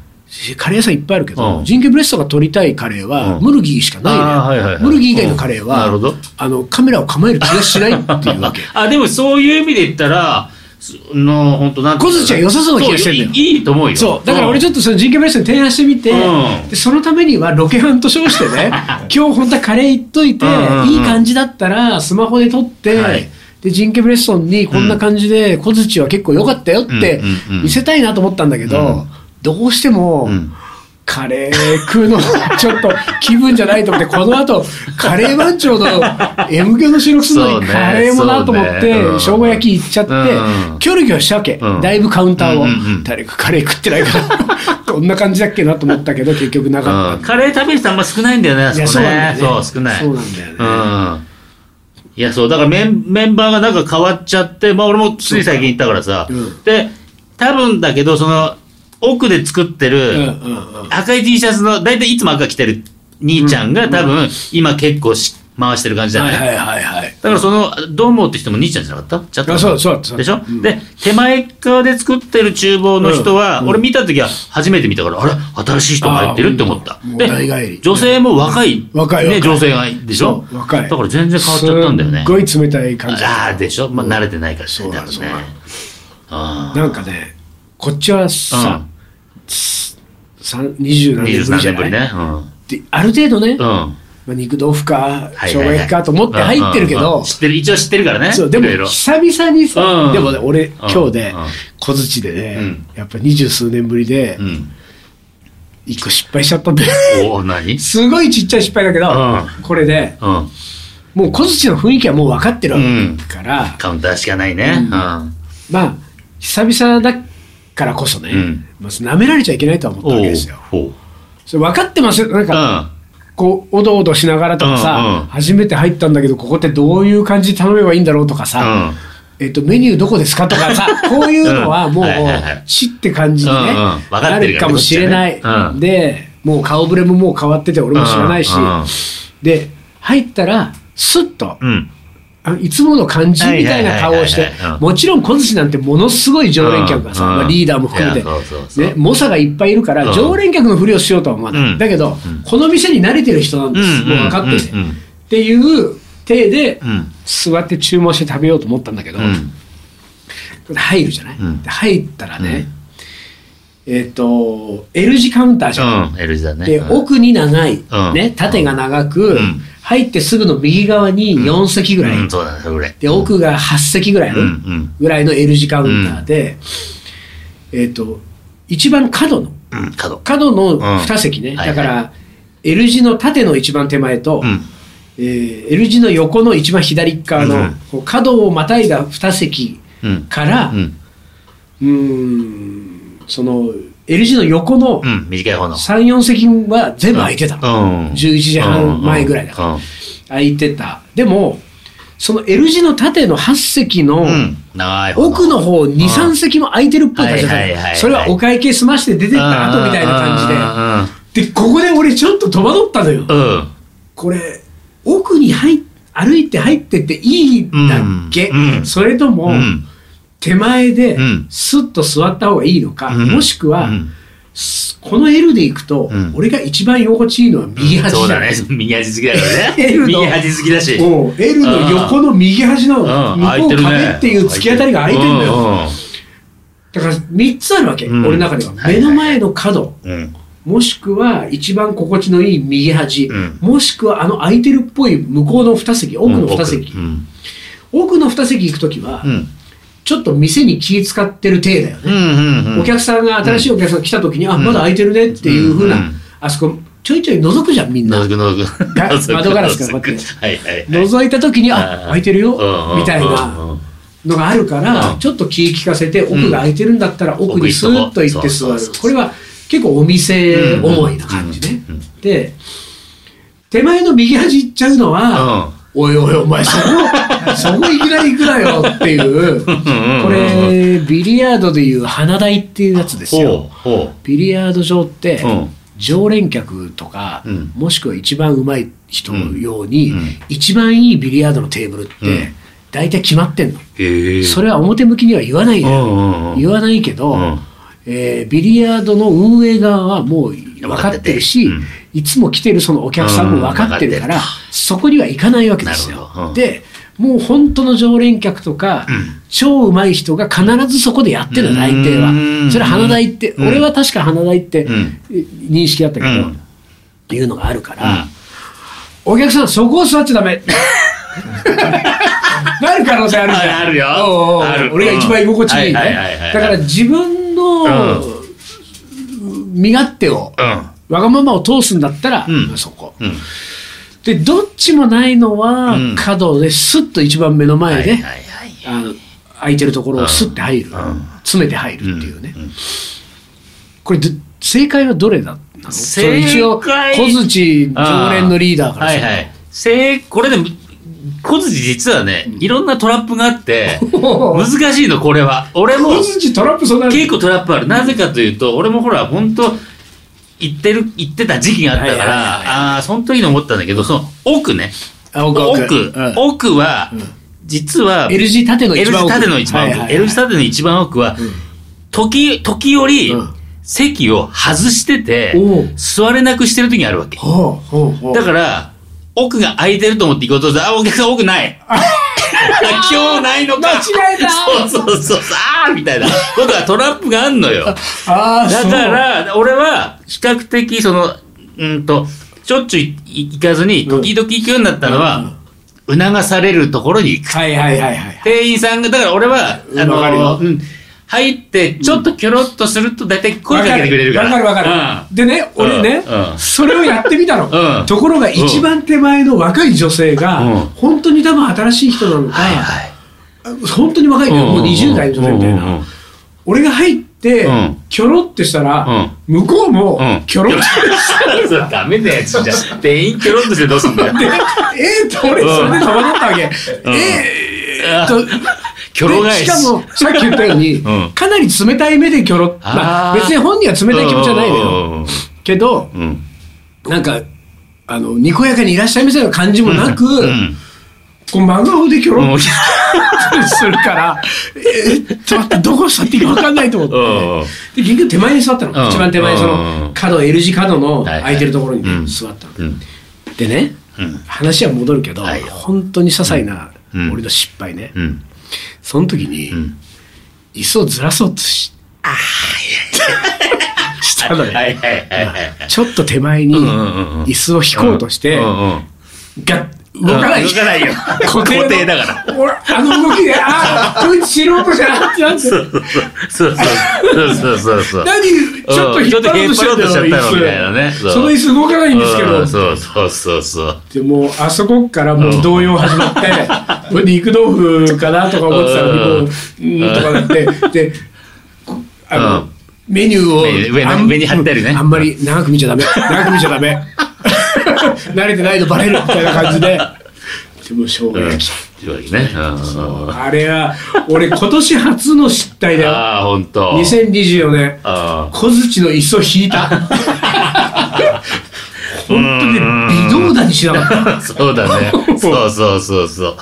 Speaker 1: カレー屋さんいっぱいあるけど、
Speaker 2: うん
Speaker 1: ジンケブレストが取りたいカレーは、
Speaker 2: うん
Speaker 1: ムルギーしかないね、
Speaker 2: あーはいはいはい
Speaker 1: ムルギー以外のカレー
Speaker 2: うんな
Speaker 1: は、
Speaker 2: るほど
Speaker 1: あのカメラを構える気がしないっていうわけ
Speaker 2: あでもそういう意味で言ったらその本当なんていうの
Speaker 1: 小槌は良さそうな気がしてんだよ
Speaker 2: そういいいいと思うよ。
Speaker 1: そうだから俺ち
Speaker 2: ょっ
Speaker 1: ょっとそのジンケブレストに提案してみて、
Speaker 2: うん
Speaker 1: でそのためにはロケハンと称してね今日本当はカレー行っといて、
Speaker 2: うんうんうん
Speaker 1: いい感じだったらスマホで撮って、
Speaker 2: はい
Speaker 1: でジンケブレストンにこんな感じで小槌は結構良かったよって
Speaker 2: うんうんうん
Speaker 1: 見せたいなと思ったんだけど、
Speaker 2: うん
Speaker 1: どうしても、
Speaker 2: うん
Speaker 1: カレー食うのちょっと気分じゃないと思ってこの後カレー番長の M 響の収録するの
Speaker 2: そう
Speaker 1: に
Speaker 2: ね
Speaker 1: カレーもなと思って、
Speaker 2: そうねうん
Speaker 1: 生姜焼き行っちゃって、
Speaker 2: うん
Speaker 1: キョロキョロしたわけ、
Speaker 2: うん
Speaker 1: だいぶカウンターを、
Speaker 2: うんうんうん
Speaker 1: 誰かカレー食ってないから どんな感じだっけなと思ったけど結局なか
Speaker 2: と、
Speaker 1: っ
Speaker 2: うん、カレー食べる人あんま少ないんだよねあ
Speaker 1: た、い
Speaker 2: そ
Speaker 1: や
Speaker 2: こ
Speaker 1: そうな
Speaker 2: ね
Speaker 1: んだよ
Speaker 2: そ
Speaker 1: ねそ
Speaker 2: う少ない
Speaker 1: うなんだよね、
Speaker 2: うんいや、そう、だからメンメンバーがなんか変わっちゃって、まあ俺もつい最近行ったからさ、
Speaker 1: うん
Speaker 2: で、多分だけど、その、奥で作ってる、
Speaker 1: うんうんうん
Speaker 2: 赤い T シャツの、だいたいいつも赤着てる兄ちゃんが、多分、今結構し回してる感じじゃな、
Speaker 1: はいいはいはいはい
Speaker 2: だからその、どうもって人も兄ちゃんじゃなかったちゃっと
Speaker 1: あそうそうだった
Speaker 2: でしょ、
Speaker 1: うん
Speaker 2: で、手前側で作ってる厨房の人は、
Speaker 1: うん
Speaker 2: 俺見た時は初めて見たから、あれ新しい人が入ってるって思った
Speaker 1: あ。ー
Speaker 2: で
Speaker 1: もう代替わり、
Speaker 2: 女性も若い、
Speaker 1: 若い
Speaker 2: ね、
Speaker 1: 若い
Speaker 2: 女性がいいでしょ
Speaker 1: そう若い
Speaker 2: だから全然変わっちゃったんだよね
Speaker 1: す。っごい冷たい感じだった
Speaker 2: ああ、でしょまあ、慣れてないからね。
Speaker 1: そうなの
Speaker 2: 多分
Speaker 1: そう
Speaker 2: ね
Speaker 1: なの。
Speaker 2: あ
Speaker 1: なんかねこっちはさ、さん20何年
Speaker 2: あ、
Speaker 1: ぶり
Speaker 2: 23
Speaker 1: じゃ
Speaker 2: 年ぶ
Speaker 1: ない、
Speaker 2: りね。うん。うん。
Speaker 1: である程度ね、
Speaker 2: は
Speaker 1: まあ、肉豆腐か
Speaker 2: い
Speaker 1: 生姜
Speaker 2: はいはい
Speaker 1: 焼きかと思って入ってるけ
Speaker 2: うんうんう
Speaker 1: ど
Speaker 2: ん知ってる、一応知ってるからね。
Speaker 1: そうでも
Speaker 2: いろいろ
Speaker 1: 久々に
Speaker 2: うんう
Speaker 1: さ
Speaker 2: ん
Speaker 1: でもね俺今日で
Speaker 2: うんうん
Speaker 1: 小槌でね
Speaker 2: うん
Speaker 1: やっぱ二十数年ぶりで
Speaker 2: うん。
Speaker 1: 一個失敗しちゃったんで
Speaker 2: おお、何
Speaker 1: すごいちっちゃい失敗だけど
Speaker 2: う
Speaker 1: これで
Speaker 2: うん。
Speaker 1: もう小槌の雰囲気はもう分かってるわけから
Speaker 2: カウンターしかないね。
Speaker 1: う
Speaker 2: うんん。あ
Speaker 1: まあ久々だからこそね
Speaker 2: うん
Speaker 1: まあ舐められちゃいけないとは思ったわけですよ。
Speaker 2: おう。
Speaker 1: それ分かってますよなん
Speaker 2: う
Speaker 1: か
Speaker 2: ん。
Speaker 1: こうおどおどしながらとか
Speaker 2: うんうん
Speaker 1: さ初めて入ったんだけどここってどういう感じで頼めばいいんだろうとかさ
Speaker 2: うん。
Speaker 1: えっと、メニューどこですかとかさ、こういうのはもう
Speaker 2: はいはいはい、
Speaker 1: 知って感じにね
Speaker 2: うんうん分、か
Speaker 1: な
Speaker 2: ってるからね
Speaker 1: るかもしれない
Speaker 2: こっちはねう。ん
Speaker 1: で、もう顔ぶれももう変わってて、俺も知らないし
Speaker 2: うんうん、
Speaker 1: で、入ったら、スッと、
Speaker 2: うん。
Speaker 1: あのいつもの感じみたいな顔をして
Speaker 2: はいはいはいはいはいうん、
Speaker 1: もちろん小槌なんてものすごい常連客がさ、
Speaker 2: うんうん
Speaker 1: まあリーダーも含
Speaker 2: いやそうそう
Speaker 1: め
Speaker 2: そう
Speaker 1: て、ね、猛者がいっぱいいるか
Speaker 2: う
Speaker 1: ら、
Speaker 2: ん
Speaker 1: 常連客のふりをしようとは思わな
Speaker 2: う
Speaker 1: い。
Speaker 2: ん
Speaker 1: だけど、この店に慣れてる人なんです。もう分かってて。
Speaker 2: うんうんうんうん
Speaker 1: っていう体で
Speaker 2: うん、
Speaker 1: 座って注文して食べようと思ったんだけど、
Speaker 2: うん。
Speaker 1: 入るじゃない、
Speaker 2: うん
Speaker 1: で入ったらね、えっ、と L 字カウンターじゃん、
Speaker 2: うん。L 字だね。
Speaker 1: で
Speaker 2: うん
Speaker 1: 奥に長い、
Speaker 2: うん
Speaker 1: ね、縦が長く、
Speaker 2: うん
Speaker 1: 入ってすぐの右側に4席ぐらい、
Speaker 2: うん、そうだね、それぐらい。
Speaker 1: で奥が8席ぐらいある、
Speaker 2: うんうん
Speaker 1: ぐらいの L 字カウンターで、えっ、と一番角の
Speaker 2: うん、角。
Speaker 1: 角の2席ね、
Speaker 2: うん
Speaker 1: だか
Speaker 2: はい
Speaker 1: ら L 字の縦の一番手前と、
Speaker 2: うん。
Speaker 1: えー L 字の横の一番左側の、
Speaker 2: うん
Speaker 1: こう角をまたいだ2席
Speaker 2: うん。
Speaker 1: から、
Speaker 2: うん。
Speaker 1: うーんその L 字の横の
Speaker 2: うん。短い方の。
Speaker 1: 3、4席は全部空いてた、
Speaker 2: うん。
Speaker 1: 11時半前ぐらいだから、
Speaker 2: うん。
Speaker 1: 空いてたでもその L 字の縦の8席の
Speaker 2: うん。長い方。
Speaker 1: 奥の方
Speaker 2: うん
Speaker 1: 23席も空いてるっぽい感じだった
Speaker 2: はいはいはいは
Speaker 1: の
Speaker 2: い
Speaker 1: それはお会計済まして出てった後みたいな感
Speaker 2: 感
Speaker 1: じででここで俺ちょっと戸惑ったのよ
Speaker 2: じで。うん。
Speaker 1: これ奥に入っ歩いて入ってっていいんだっけ、
Speaker 2: うんうん
Speaker 1: それとも、
Speaker 2: うん。
Speaker 1: 手前で
Speaker 2: うん
Speaker 1: スッと座った方がいいのか、
Speaker 2: うん
Speaker 1: もしくは、
Speaker 2: うん
Speaker 1: すこの L で行くと、
Speaker 2: うん
Speaker 1: 俺が一番居心地いいのは右端
Speaker 2: そう
Speaker 1: じゃ
Speaker 2: だ
Speaker 1: ない
Speaker 2: ね。 右端好きだからね
Speaker 1: L の
Speaker 2: 右端好きだし
Speaker 1: おう L の横の右端の
Speaker 2: うん
Speaker 1: 向
Speaker 2: 空い
Speaker 1: こ
Speaker 2: て
Speaker 1: う
Speaker 2: るね
Speaker 1: 壁っていう突き当たりが空いてるんだよ、
Speaker 2: う
Speaker 1: だから3つあるわけ、
Speaker 2: うん
Speaker 1: 俺の中では
Speaker 2: はい
Speaker 1: 目の前の角、
Speaker 2: んうん
Speaker 1: もしくは一番心地のいい右端、
Speaker 2: うん
Speaker 1: もしくはあの空いてるっぽい向こうの2席奥の2席、
Speaker 2: うん
Speaker 1: 奥の2席行く時は、
Speaker 2: うん
Speaker 1: ちょっと店に気使ってる体だよね、
Speaker 2: うんうんうん
Speaker 1: お客さんが新しいお客さんが来た時に、あまだ空いてるねっていうふうな、
Speaker 2: うんうん
Speaker 1: あそこちょいちょい覗くじゃんみんな
Speaker 2: 覗く覗く
Speaker 1: が
Speaker 2: 覗 く
Speaker 1: 窓ガラスから
Speaker 2: 覗く
Speaker 1: 待って
Speaker 2: はいはいはい
Speaker 1: 覗いた時に、あ
Speaker 2: あー
Speaker 1: 空いてるよ
Speaker 2: うん
Speaker 1: みたい
Speaker 2: うん
Speaker 1: な
Speaker 2: うん
Speaker 1: のがあるから、
Speaker 2: うん
Speaker 1: ちょっと気利かせて奥が空いてるんだったら奥にスーッと行って座
Speaker 2: そ
Speaker 1: る
Speaker 2: うそうそうそう
Speaker 1: これは結構お店思いな感じね
Speaker 2: うんうん
Speaker 1: で手前の右端行っちゃうのは、
Speaker 2: うん
Speaker 1: おいおいお前そこ そこいきなり行くなよっていうこ
Speaker 2: んう
Speaker 1: れ
Speaker 2: ん
Speaker 1: ビリヤードでいう花台っていうやつですよ
Speaker 2: ほうほ
Speaker 1: ビリヤード場って、
Speaker 2: うん
Speaker 1: 常連客とか、
Speaker 2: うん
Speaker 1: もしくは一番うまい人のように、
Speaker 2: うんうん
Speaker 1: 一番いいビリヤードのテーブルって、
Speaker 2: うん
Speaker 1: 大体決まってんの、
Speaker 2: うへえ
Speaker 1: それは表向きには言わないのよ、
Speaker 2: うんうんうん
Speaker 1: 言わないけど、
Speaker 2: うん
Speaker 1: えービリヤードの運営側はもう分かってるし、
Speaker 2: 分かって
Speaker 1: いつも来てるそのお客さんも分かってるから、
Speaker 2: うん分か
Speaker 1: そこには行かないわけですよ
Speaker 2: なる。ほどうん
Speaker 1: でもう本当の常連客とか、
Speaker 2: うん
Speaker 1: 超うまい人が必ずそこでやってるの大抵
Speaker 2: う
Speaker 1: は。
Speaker 2: ん
Speaker 1: それ花台って、
Speaker 2: うん
Speaker 1: 俺は確か花台って
Speaker 2: うん
Speaker 1: 認識だったけど、
Speaker 2: うん
Speaker 1: いうのがあるから、
Speaker 2: うん
Speaker 1: お客さんそこを座っちゃダ メなる可能性あるじゃん。
Speaker 2: あるよ
Speaker 1: おうおう
Speaker 2: ある
Speaker 1: 俺が一番居心地いいね。
Speaker 2: はいはいはいはいはい
Speaker 1: だから自分の身勝手を、わがままを通すんだったら、
Speaker 2: うん
Speaker 1: そこ。
Speaker 2: うんうん
Speaker 1: で、どっちもないのは
Speaker 2: うん、
Speaker 1: 角でスッと一番目の前で、
Speaker 2: はいはいはい
Speaker 1: あの空いてるところをスッて入る、
Speaker 2: うんうん
Speaker 1: 詰めて入るっていうね、
Speaker 2: うんうん
Speaker 1: これど正解はどれなの
Speaker 2: 正解
Speaker 1: それ一応小槌常連のリーダーからさ
Speaker 2: はいはいせいこれでも小槌実はねいろんなトラップがあって
Speaker 1: お おお
Speaker 2: 難しいのこれは俺も
Speaker 1: 小槌トラップそんな
Speaker 2: 結構トラップあるなぜかというと俺もほら本当行ってる行ってた時期があったか
Speaker 1: はいはいはいはい
Speaker 2: らああーその時に思ったんだけどその奥ね
Speaker 1: あ
Speaker 2: 奥奥,、
Speaker 1: うん
Speaker 2: は、実は
Speaker 1: L 字縦の
Speaker 2: L
Speaker 1: 一
Speaker 2: 字
Speaker 1: 番奥
Speaker 2: 縦の一番奥、
Speaker 1: はいはいはい
Speaker 2: L 字縦の一番奥は、
Speaker 1: ん
Speaker 2: 時時折、
Speaker 1: うん
Speaker 2: 席を外してて
Speaker 1: おう
Speaker 2: 座れなくしてる時があるわけ
Speaker 1: ほうほうほう
Speaker 2: だから奥が空いてると思って行こうとするとあお客さん奥ない 今日ないのか
Speaker 1: 間違えた
Speaker 2: そうそうそうそうああみたいなことがトラップがあんの よ
Speaker 1: ああ
Speaker 2: だ
Speaker 1: そう
Speaker 2: から、俺は、比較的、その、うんと、しょっちゅう行かずに、
Speaker 1: うん
Speaker 2: 時々行くようになったのは、促されるところに行く。
Speaker 1: はいはいはいはい
Speaker 2: 店員さんが、だから俺は、
Speaker 1: うんわかるよ
Speaker 2: うん入って、ちょっとキョロッとすると、大体声かけてくれるから。
Speaker 1: わかるわかるわかる。でね、俺ね
Speaker 2: う、ん
Speaker 1: それをやってみた
Speaker 2: う
Speaker 1: の。
Speaker 2: ん
Speaker 1: ところが一番手前の若い女性が
Speaker 2: うん、
Speaker 1: 本当に多分新しい人なの
Speaker 2: はい
Speaker 1: か、
Speaker 2: はい。
Speaker 1: 本当に若いのよ、もう20代の女性みたい
Speaker 2: うんうんうん
Speaker 1: な。俺が入って
Speaker 2: うん、
Speaker 1: キョロってしたら、向こうも
Speaker 2: うん、
Speaker 1: キョ ロってした。
Speaker 2: それダメなやつじゃん。店員キョロッとしてどうすんだよ。
Speaker 1: でえーっと、俺それで戸惑ったわけ。え
Speaker 2: ん
Speaker 1: ーっと、
Speaker 2: キョロ
Speaker 1: で
Speaker 2: 返
Speaker 1: し
Speaker 2: し。
Speaker 1: かも、さっき言ったように
Speaker 2: うん、
Speaker 1: かなり冷たい目でキョロ、まあ
Speaker 2: あー
Speaker 1: 別に本人は冷たい気持ちはないのよ。
Speaker 2: うん
Speaker 1: けど、
Speaker 2: うんうん
Speaker 1: なんか、あの、にこやかにいらっしゃいませの感じもなく、
Speaker 2: うん。
Speaker 1: こう、真顔でキョ
Speaker 2: う
Speaker 1: ロ
Speaker 2: ん
Speaker 1: っとするから、えー、ちょっと待って、どこ座っていいか分かんないと思
Speaker 2: うん
Speaker 1: って。で、結局手前に座ったの。
Speaker 2: うん
Speaker 1: 一番手前にその、角、L 字角の
Speaker 2: はいはい
Speaker 1: 空いてるところに
Speaker 2: うん
Speaker 1: 座ったの。
Speaker 2: うん
Speaker 1: でね、
Speaker 2: うん
Speaker 1: 話は戻るけど、
Speaker 2: はい
Speaker 1: 本当に些細な
Speaker 2: うん
Speaker 1: 俺の失敗ね。
Speaker 2: うん。
Speaker 1: その時に、
Speaker 2: ん
Speaker 1: 椅子をずらそうとし、したのね。
Speaker 2: はいはいはいはい。
Speaker 1: ちょっと手前に
Speaker 2: うんうんうんうん
Speaker 1: 椅子を引こうとして、
Speaker 2: うんうんうん
Speaker 1: が動かない。
Speaker 2: 動かないよ
Speaker 1: 固定の
Speaker 2: 固定だから。
Speaker 1: 俺、あの動きで、ああ、こいつ素人じゃなってなって。
Speaker 2: そうそうそうそうそうそう。
Speaker 1: 何、ちょっと引っ張ろうとしちゃった
Speaker 2: うんちょっと引っ張ろうとしちゃったのみたい
Speaker 1: の
Speaker 2: な
Speaker 1: 椅
Speaker 2: ね
Speaker 1: 子
Speaker 2: そう
Speaker 1: その椅子動かないんですけ
Speaker 2: うん
Speaker 1: ど。
Speaker 2: そうそうそうそう。
Speaker 1: でもうあそこからもう動揺始まって、これ肉豆腐かなとか思ってたのにこう、
Speaker 2: う
Speaker 1: うんーんとかなって、で、こあの、
Speaker 2: うん
Speaker 1: メニューを
Speaker 2: メニュー上の
Speaker 1: あん
Speaker 2: 上に貼ってあるね
Speaker 1: あんまり長く見ちゃ ダメ。長く見ちゃダメ。慣れてないのバレるみたいな感じで。でもしょうが
Speaker 2: う
Speaker 1: なんい。
Speaker 2: というわけね。うんうん
Speaker 1: あれは、俺今年初の失態だよ。
Speaker 2: ああ、ほんと。
Speaker 1: 2024年、
Speaker 2: あ
Speaker 1: 小槌の椅子を引 いた。本当に微動だにしなかった。
Speaker 2: あ。そうだね。そうそうそうそう。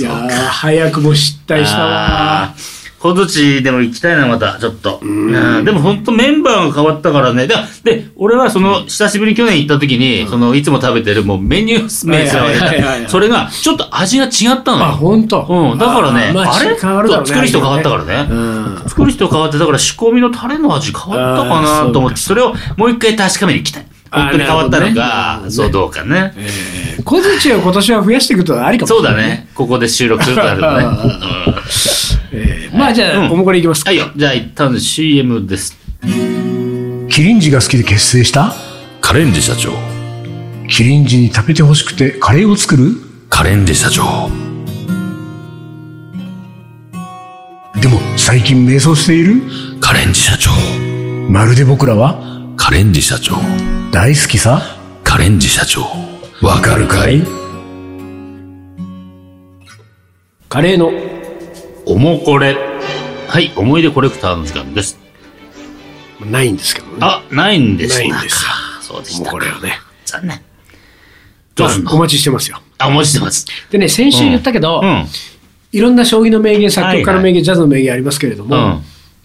Speaker 1: いやー、早くも失態したわ
Speaker 2: あー。小槌でも行きたいな、また、ちょっと。うんでも本当メンバーが変わったからね。で、で俺はその、久しぶりに去年行った時に、その、いつも食べてる、もうメニュー
Speaker 1: は
Speaker 2: 名
Speaker 1: いはいはいはい
Speaker 2: で、それが、ちょっと味が違ったの
Speaker 1: あ、
Speaker 2: よ。
Speaker 1: ほんと。
Speaker 2: うん、だからね、
Speaker 1: ま
Speaker 2: あれ
Speaker 1: 変わるだろうね
Speaker 2: 作る人変わったから
Speaker 1: う
Speaker 2: ね。
Speaker 1: ん。
Speaker 2: 作る人変わって、だから仕込みのタレの味変わったかなと思って、それをもう一回確かめに行きたい。
Speaker 1: あー
Speaker 2: 本当に変わったの
Speaker 1: なるほど
Speaker 2: か、
Speaker 1: ね
Speaker 2: そう、どうかね。
Speaker 1: 小槌を今年は増やしていくとありかも。
Speaker 2: そうだね。ここで収録するとなるとね。うん
Speaker 1: えーまあじゃあ、
Speaker 2: うん
Speaker 1: おもこれいきますか
Speaker 2: は。いよ。じゃあ一旦 CM です。
Speaker 1: キリンジが好きで結成した
Speaker 3: カレンジ社長
Speaker 1: キリンジに食べてほしくてカレーを作る
Speaker 3: カレンジ社長
Speaker 1: でも最近迷走している
Speaker 3: カレンジ社長
Speaker 1: まるで僕らは
Speaker 3: カレンジ社長
Speaker 1: 大好きさ。
Speaker 3: カレンジ社長わかるかい
Speaker 1: カレーの
Speaker 2: おもこれ。はい。思い出コレクターの時間です。
Speaker 1: ないんですけどね。
Speaker 2: あ、ないんです
Speaker 1: ないんですよ
Speaker 2: なんかそうでし
Speaker 1: もう
Speaker 2: た
Speaker 1: こ
Speaker 2: か。
Speaker 1: れはね。
Speaker 2: 残念。どうすん
Speaker 1: お
Speaker 2: の
Speaker 1: 待ちしてますよ。
Speaker 2: あ、お待ちしてます。
Speaker 1: でね、先週言ったけど、
Speaker 2: うん。
Speaker 1: いろんな将棋の名言、作曲家の名
Speaker 2: はい
Speaker 1: 言、ジャズの名言ありますけれども、
Speaker 2: うん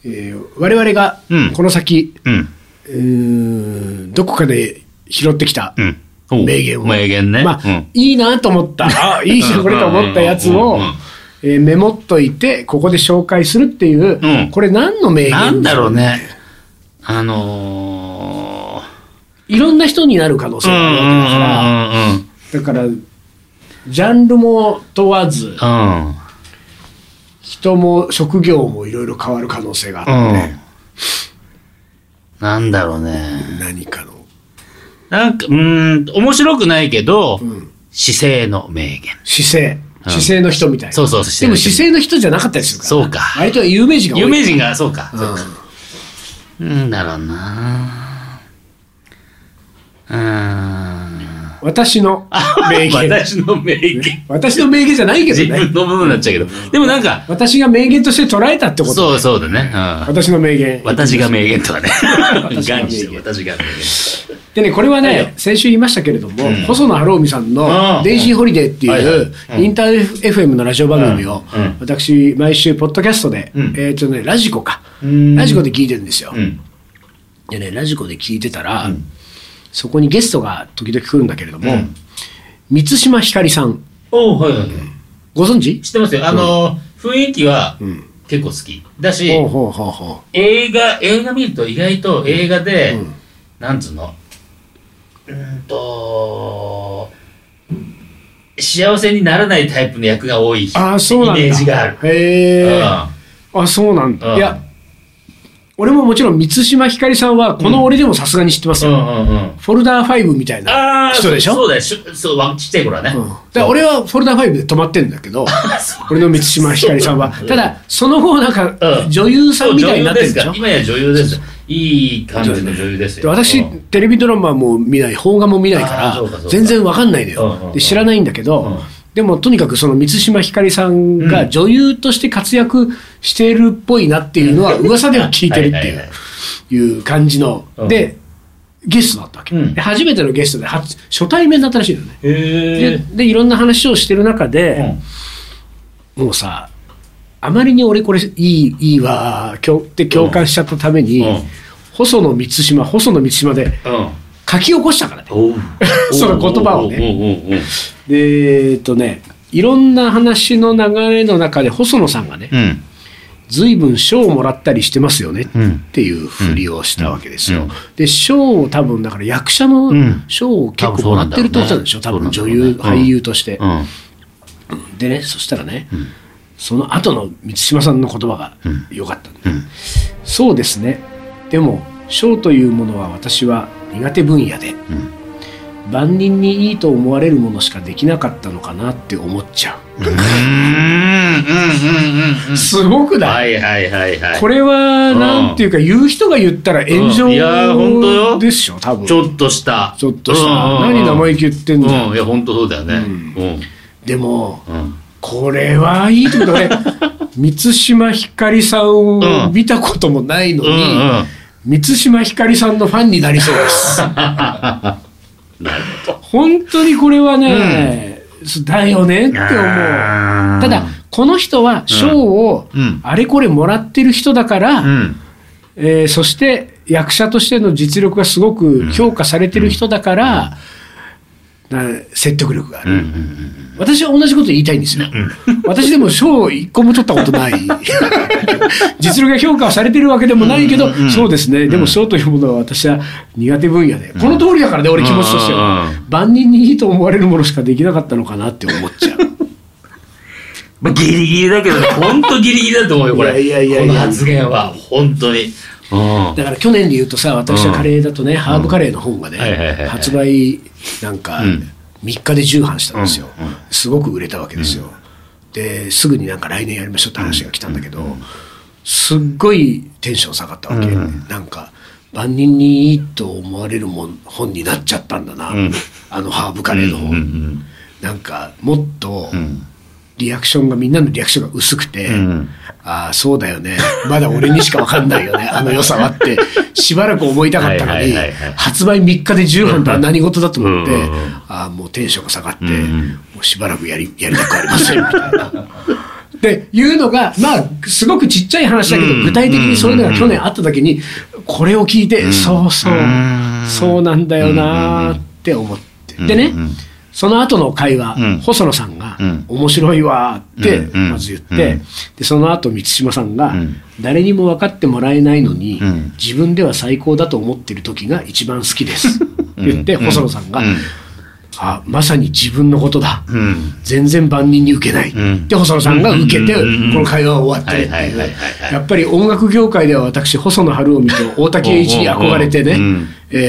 Speaker 1: えー我々が
Speaker 2: うん
Speaker 1: この先、
Speaker 2: うん。
Speaker 1: うーんどこかで拾ってきた
Speaker 2: うん。おう
Speaker 1: 名言を、
Speaker 2: 名言ね。
Speaker 1: まあ
Speaker 2: うん
Speaker 1: いいなと思った、あいいじゃんこれと思ったやつ
Speaker 2: う
Speaker 1: を
Speaker 2: んうんうん、
Speaker 1: えーメモっといて、ここで紹介するっていう、
Speaker 2: うん
Speaker 1: これ何の名言
Speaker 2: なんだろうね。あのー
Speaker 1: いろんな人になる可能性
Speaker 2: うんうん
Speaker 1: があるわけだから、だから、ジャンルも問わず、
Speaker 2: うんうん。うん。
Speaker 1: 人も職業もいろいろ変わる可能性があって、
Speaker 2: うん。なんだろうね。
Speaker 1: 何かの
Speaker 2: なんか、うーん、面白くないけど、
Speaker 1: ん
Speaker 2: 姿勢の名言。
Speaker 1: 姿勢、
Speaker 2: うん
Speaker 1: 姿勢の人みたいな。
Speaker 2: そうそう
Speaker 1: でも姿勢の人じゃなかったりするから。
Speaker 2: そうか
Speaker 1: 割と有名人が多い。
Speaker 2: 有名人が、そうか。
Speaker 1: うん
Speaker 2: そうかうんだろうなうーん。
Speaker 1: 私の名言。
Speaker 2: 私の名言。
Speaker 1: 私の名言じゃないけ
Speaker 2: 自
Speaker 1: ど
Speaker 2: 分
Speaker 1: ね。
Speaker 2: の部分になっちゃうけど。でもなんか、
Speaker 1: 私が名言として捉えたってこと。
Speaker 2: そうそうだね。うん
Speaker 1: 私の名言。
Speaker 2: 私が名言とかね。
Speaker 1: 私が名言
Speaker 2: ガンにして私が名言。
Speaker 1: でね、これは
Speaker 2: はい
Speaker 1: ね
Speaker 2: よ、
Speaker 1: 先週言いましたけれども、
Speaker 2: うん
Speaker 1: 細野晴臣さん
Speaker 2: あ
Speaker 1: の
Speaker 2: あ
Speaker 1: デイジーホリデーって
Speaker 2: はいはい
Speaker 1: いうう、
Speaker 2: ん
Speaker 1: インター FM のラジオ番組を
Speaker 2: うんうん、
Speaker 1: 私、毎週、ポッドキャストで、
Speaker 2: うん
Speaker 1: えっとね、ラジコか
Speaker 2: うん。
Speaker 1: ラジコで聞いてるんですよ
Speaker 2: う。ん。
Speaker 1: でね、ラジコで聞いてたら、そこにゲストが時々来るんだけれども
Speaker 2: うん、
Speaker 1: 満島ひかりさん、
Speaker 2: おはいはい。
Speaker 1: ご存知
Speaker 2: 知ってますよ。あの、雰囲気は結構好き。だし、
Speaker 1: ほうほうほうほ
Speaker 2: 映画、映画見ると意外と映画で、なんつうの、うーんと、幸せにならないタイプの役が多いイメ
Speaker 1: う。ああ、そうなんだ。
Speaker 2: ージがある。
Speaker 1: へえ。
Speaker 2: うん
Speaker 1: あ、そうなん
Speaker 2: う
Speaker 1: だ。
Speaker 2: ん
Speaker 1: いや、俺ももちろん満島ひかりさんは、この俺でもさすがに知ってます
Speaker 2: う
Speaker 1: よ。
Speaker 2: んうんうん。
Speaker 1: フォルダー5みたい
Speaker 2: あ
Speaker 1: な
Speaker 2: あ、
Speaker 1: 人でしょ
Speaker 2: そうだよ。しゅそう、わちっちゃい頃はね。
Speaker 1: うんだから俺はフォルダー5で止まってんだけ ど、
Speaker 2: そう
Speaker 1: 俺の満島ひかりさんは。ただ、その後なん
Speaker 2: う
Speaker 1: か
Speaker 2: ん
Speaker 1: 女優さんみたいになってるでし
Speaker 2: そう
Speaker 1: ょ
Speaker 2: 女優ですから今や女優です。いい感じの女優です
Speaker 1: で
Speaker 2: よ。
Speaker 1: 私
Speaker 2: うん、
Speaker 1: テレビドラマも見ない、邦画も見ない
Speaker 2: あー
Speaker 1: か
Speaker 2: そうかそう
Speaker 1: ら、
Speaker 2: か
Speaker 1: 全然わかんないの
Speaker 2: うんうんう
Speaker 1: よ。
Speaker 2: ん
Speaker 1: で、知らないんだけ
Speaker 2: うん
Speaker 1: ど、でもとにかくその満島ひかりさん
Speaker 2: う
Speaker 1: が
Speaker 2: ん
Speaker 1: 女優として活躍しているっぽいなっていうのは噂では聞いてるって
Speaker 2: はい
Speaker 1: い
Speaker 2: はいは
Speaker 1: う、いう感じの
Speaker 2: う。ん
Speaker 1: で、ゲストだったわけ。
Speaker 2: うん
Speaker 1: で初めてのゲストで、初初対面だったらしいのね。
Speaker 2: へ
Speaker 1: で
Speaker 2: え。
Speaker 1: で、いろんな話をしてる中
Speaker 2: う
Speaker 1: で、
Speaker 2: ん
Speaker 1: もうさ、あまりに俺これいい、いいわ、今日って共感しちゃったために
Speaker 2: うんうん、
Speaker 1: 細野満島、細野満島で、
Speaker 2: うん。
Speaker 1: 書き起こしたからね。
Speaker 2: おう
Speaker 1: その言葉をね
Speaker 2: おうおうおうおう
Speaker 1: で、えっとね、いろんな話の流れの中で細野さんがね、
Speaker 2: うん。
Speaker 1: 随分賞をもらったりしてますよね
Speaker 2: うん
Speaker 1: っていうふりをしたわけです
Speaker 2: う
Speaker 1: よ
Speaker 2: ん。
Speaker 1: で、賞を多分だから役者の
Speaker 2: うん
Speaker 1: 賞を結構もらってるってことなんでしょ、多
Speaker 2: 多分
Speaker 1: 分
Speaker 2: そ
Speaker 1: 女
Speaker 2: うなんだろうね
Speaker 1: 優、俳優として
Speaker 2: う。ん。
Speaker 1: でね、そしたらね、その後の満島さんの言葉が良かったんだ
Speaker 2: うん
Speaker 1: そうですね。でも、賞というものは私は苦手分野で、万人にいいと思われるものしかできなかったのかなって思っちゃ
Speaker 2: うーんうんうんうん
Speaker 1: すごく
Speaker 2: うん。
Speaker 1: ない、
Speaker 2: はいはいはいはい。
Speaker 1: これは、
Speaker 2: うん
Speaker 1: なんていうか、言う人が言ったら炎
Speaker 2: うんいやーほんと
Speaker 1: 上
Speaker 2: よ
Speaker 1: でしょ、多分。
Speaker 2: ちょっとした。
Speaker 1: ちょっとした。
Speaker 2: うんうんうん
Speaker 1: 何生意気言ってんだよ、
Speaker 2: うん、いや、本当そうだよね。うん。
Speaker 1: でも、
Speaker 2: うん。
Speaker 1: これはいいって ことね。満島ひかりさんを見たこともないの
Speaker 2: うんう
Speaker 1: に、
Speaker 2: ん。
Speaker 1: 満島ひかりさんのファンになりそうです。
Speaker 2: なる
Speaker 1: 本当にこれはね、だよねって思う。
Speaker 2: あー
Speaker 1: ただ、この人は賞を
Speaker 2: うん
Speaker 1: あれこれもらってる人だから、
Speaker 2: うん。
Speaker 1: えーそして役者としての実力がすごく評価されてる人だから、な説得力がある、私は同じこと言いたいんですよ、私でも賞を一個も取ったことない実力が評価はされてるわけでもないけど、そうですねでも賞というものは私は苦手分野で、この通りだからね俺気持ちとしては、
Speaker 2: うん
Speaker 1: 万人にいいと思われるものしかできなかったのかなって思っちゃう
Speaker 4: まあ、ギリギリだけどね、ほんとギリギリだと思うよ、これ。
Speaker 1: いやいやいやい
Speaker 4: こ
Speaker 1: や
Speaker 4: の発言は、本当に。うん。
Speaker 1: だから去年で言うとさ私はカレーだとね、ハーブカレーの本がね、
Speaker 4: はいはいはいはい
Speaker 1: 発売なんか
Speaker 2: ん
Speaker 1: 3日で重版したんですよ、すごく売れたわけですよ、ですぐになんか来年やりましょうって話が来たんだけど、すっごいテンション下がったわけ、なんか万人にいいと思われるもん本になっちゃったんだな、あのハーブカレーの本、なんかもっと、リアクションがみんなのリアクションが薄くて、
Speaker 2: ん
Speaker 1: ああそうだよねまだ俺にしか分かんないよ ねあの良さはってしばらく思いたかったの
Speaker 4: はい
Speaker 1: に
Speaker 4: はいはいはい
Speaker 1: 発売3日で10本とは何事だと思って、
Speaker 2: うんうんうん
Speaker 1: ああもうテンションが下がって、
Speaker 2: ん
Speaker 1: もうしばらくやりやりたくありませんみたいな。っていうのがまあすごくちっちゃい話だけど、
Speaker 2: うん
Speaker 1: 具体的にそういうのが去年あった時にこれを聞いて、そうそう、
Speaker 2: うん
Speaker 1: そうなんだよなーって思って、でね、
Speaker 2: うん
Speaker 1: その後の会話、
Speaker 2: うん
Speaker 1: 細野さんが、
Speaker 2: うん
Speaker 1: 面白いわーって
Speaker 2: うん
Speaker 1: まず言って、
Speaker 2: うん
Speaker 1: でその後満島さんが、
Speaker 2: ん
Speaker 1: 誰にも分かってもらえないのに、
Speaker 2: うん
Speaker 1: 自分では最高だと思ってる時が一番好きですって言って、細野さんが、
Speaker 2: うん
Speaker 1: あまさに自分のことだ、
Speaker 2: うん。
Speaker 1: 全然万人に受けない、
Speaker 2: うん
Speaker 1: で細野さんが受けて、
Speaker 2: うんうんうんうん
Speaker 1: この会話は終わってるって
Speaker 4: はい
Speaker 1: い
Speaker 4: は
Speaker 1: う
Speaker 4: いはいはいはい
Speaker 1: やっぱり音楽業界では私細野晴臣と大滝栄一に憧れてね、
Speaker 2: うんうん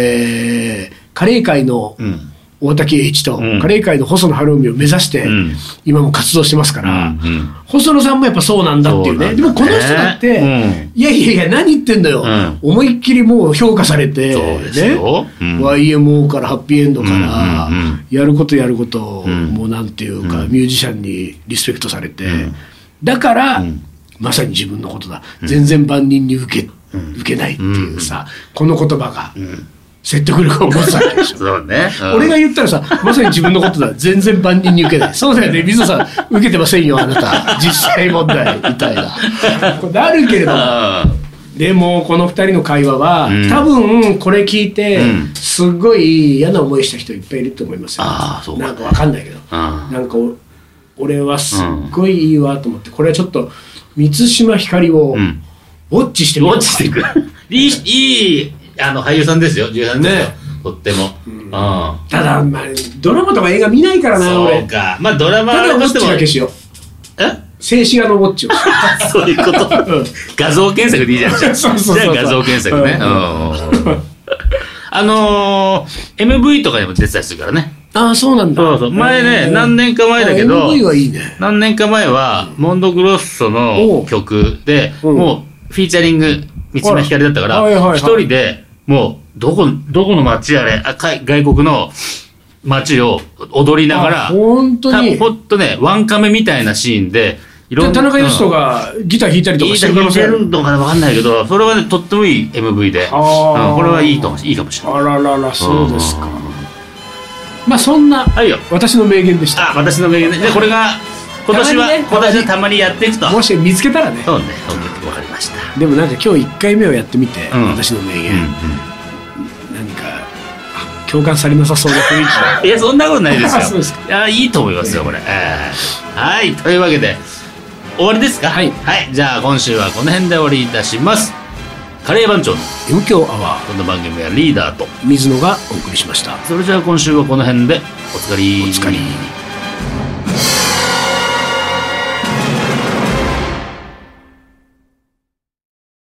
Speaker 1: えーカレー界の
Speaker 2: ん
Speaker 1: 大滝栄一と、
Speaker 2: うん
Speaker 1: カレー界の細野晴臣を目指して、
Speaker 2: うん
Speaker 1: 今も活動してますから、
Speaker 2: うんうん
Speaker 1: 細野さんもやっぱそうなんだっていうね
Speaker 2: そうなん
Speaker 1: で
Speaker 2: だね
Speaker 1: もこの人だって、
Speaker 2: うん
Speaker 1: いやいやいや何言ってんだよ、
Speaker 2: うん
Speaker 1: 思いっきりもう評価されて、
Speaker 2: そうですようん
Speaker 1: YMO からハッピーエンドから、
Speaker 2: うんうんうん
Speaker 1: やることやること、
Speaker 2: ん
Speaker 1: もうなんていうか、ミュージシャンにリスペクトされて、だから、まさに自分のことだ、全然万人に受け受けないっていうさ、この言葉が、説得力を持つわけでしょ。
Speaker 2: そうね。
Speaker 1: 俺が言ったらさ、まさに自分のことだ、全然万人に受けない。そうだよね、水野さん、受けてませんよ、あなた、実際問題、みたいな。これあるけれども、でもこの2人の会話は、
Speaker 2: ん
Speaker 1: 多分これ聞いて、
Speaker 2: うん
Speaker 1: すごい嫌な思いした人いっぱいいると思いますよ
Speaker 2: ああそうか
Speaker 1: なんかわかんないけど、
Speaker 2: あ
Speaker 1: なんかお俺はすっごいいいわと思ってこれはちょっと満島ひかりを
Speaker 2: ん
Speaker 1: ウォッチしてみよう
Speaker 4: 落ちていく。 いい、いい、あの、俳優さんですよ、女優さんですよ。
Speaker 1: ね
Speaker 4: とっても。うん。
Speaker 1: ただ、まあ、ドラマとか映画見ないからな
Speaker 4: そう
Speaker 1: 俺
Speaker 4: か。まあ、ドラマ
Speaker 1: ただウォ
Speaker 4: と
Speaker 1: ッ
Speaker 4: して
Speaker 1: チだけ
Speaker 4: も。
Speaker 1: しよう
Speaker 4: え
Speaker 1: 静止画のウォッチをしよ
Speaker 2: そういうこと。
Speaker 1: うん
Speaker 2: 画像検索でいいじゃん。じゃ あ
Speaker 1: そうそうそうそう
Speaker 2: 画像検索ね。
Speaker 1: うん
Speaker 2: うんうん あのー、MV とかにも出てたりするからね。
Speaker 1: うああそうなんだ
Speaker 2: そうそう前ね
Speaker 1: うん
Speaker 2: 何年か前だけど
Speaker 1: あ MV はいいね
Speaker 2: 何年か前は、モンドグロッソ
Speaker 1: お
Speaker 2: の
Speaker 1: う
Speaker 2: 曲で、
Speaker 1: うん
Speaker 2: もう、フィーチャリング、三島ひかりだったか
Speaker 1: はいはいはいは
Speaker 2: ら、
Speaker 1: い
Speaker 2: 一人で、もう、どこ、どこの街あれ、あかい外国の街を踊りながら、
Speaker 1: あ本当に
Speaker 2: たほんとね、ワンカメみたいなシーンで、い
Speaker 1: じゃあ田中
Speaker 2: うん
Speaker 1: 義人がギター弾いたりと
Speaker 2: い
Speaker 1: か
Speaker 2: い
Speaker 1: してる
Speaker 2: 曲
Speaker 1: 可能
Speaker 2: 出
Speaker 1: 性あ
Speaker 2: る
Speaker 1: る
Speaker 2: のかなわかんないけど、それはね、とってもいい MV で、うん
Speaker 1: あー
Speaker 2: これはいいかもしいいかもしれない。
Speaker 1: あらららそうですかまあそんな
Speaker 2: はいよ。
Speaker 1: 私の名言でした
Speaker 2: あ、私の名言ね。で、これが、今
Speaker 1: た
Speaker 2: 年は、
Speaker 1: まにね
Speaker 2: 今年はたまにやっていくと。
Speaker 1: もし見つけたらね
Speaker 2: そうね、OK わかりました。
Speaker 1: でもなんか今日1回目をやってみて、
Speaker 2: うん
Speaker 1: 私の名言、
Speaker 2: う
Speaker 1: 何かあ共感されなさそうな 雰囲気が
Speaker 2: ん、いやそんなことないですよ。
Speaker 1: そうですか
Speaker 2: いやいいと思いますよこれ。えーはいというわけで終わりですか。はい、じゃあ今週はこの辺で終わりいたします。カレー番長の
Speaker 1: 余興アワ
Speaker 2: この番組はリーダーと。
Speaker 1: ー水野がお送りしました
Speaker 2: それじゃあ今週はこの辺でおつかり。
Speaker 1: おつかり